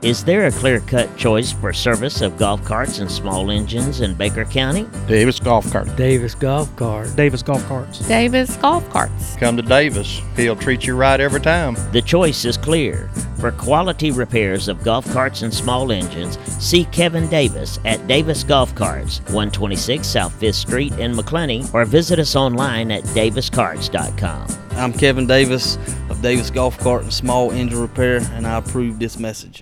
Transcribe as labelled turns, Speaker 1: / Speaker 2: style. Speaker 1: Is there a clear cut choice for service of golf carts and small engines in Baker County?
Speaker 2: Davis Golf Cart.
Speaker 3: Davis Golf Cart.
Speaker 4: Davis Golf Carts.
Speaker 5: Davis Golf Carts.
Speaker 2: Come to Davis. He'll treat you right every time.
Speaker 1: The choice is clear. For quality repairs of golf carts and small engines, see Kevin Davis at Davis Golf Carts, 126 South Fifth Street in McClenny, or visit us online at daviscarts.com.
Speaker 6: I'm Kevin Davis of Davis Golf Cart and Small Engine Repair, and I approve this message.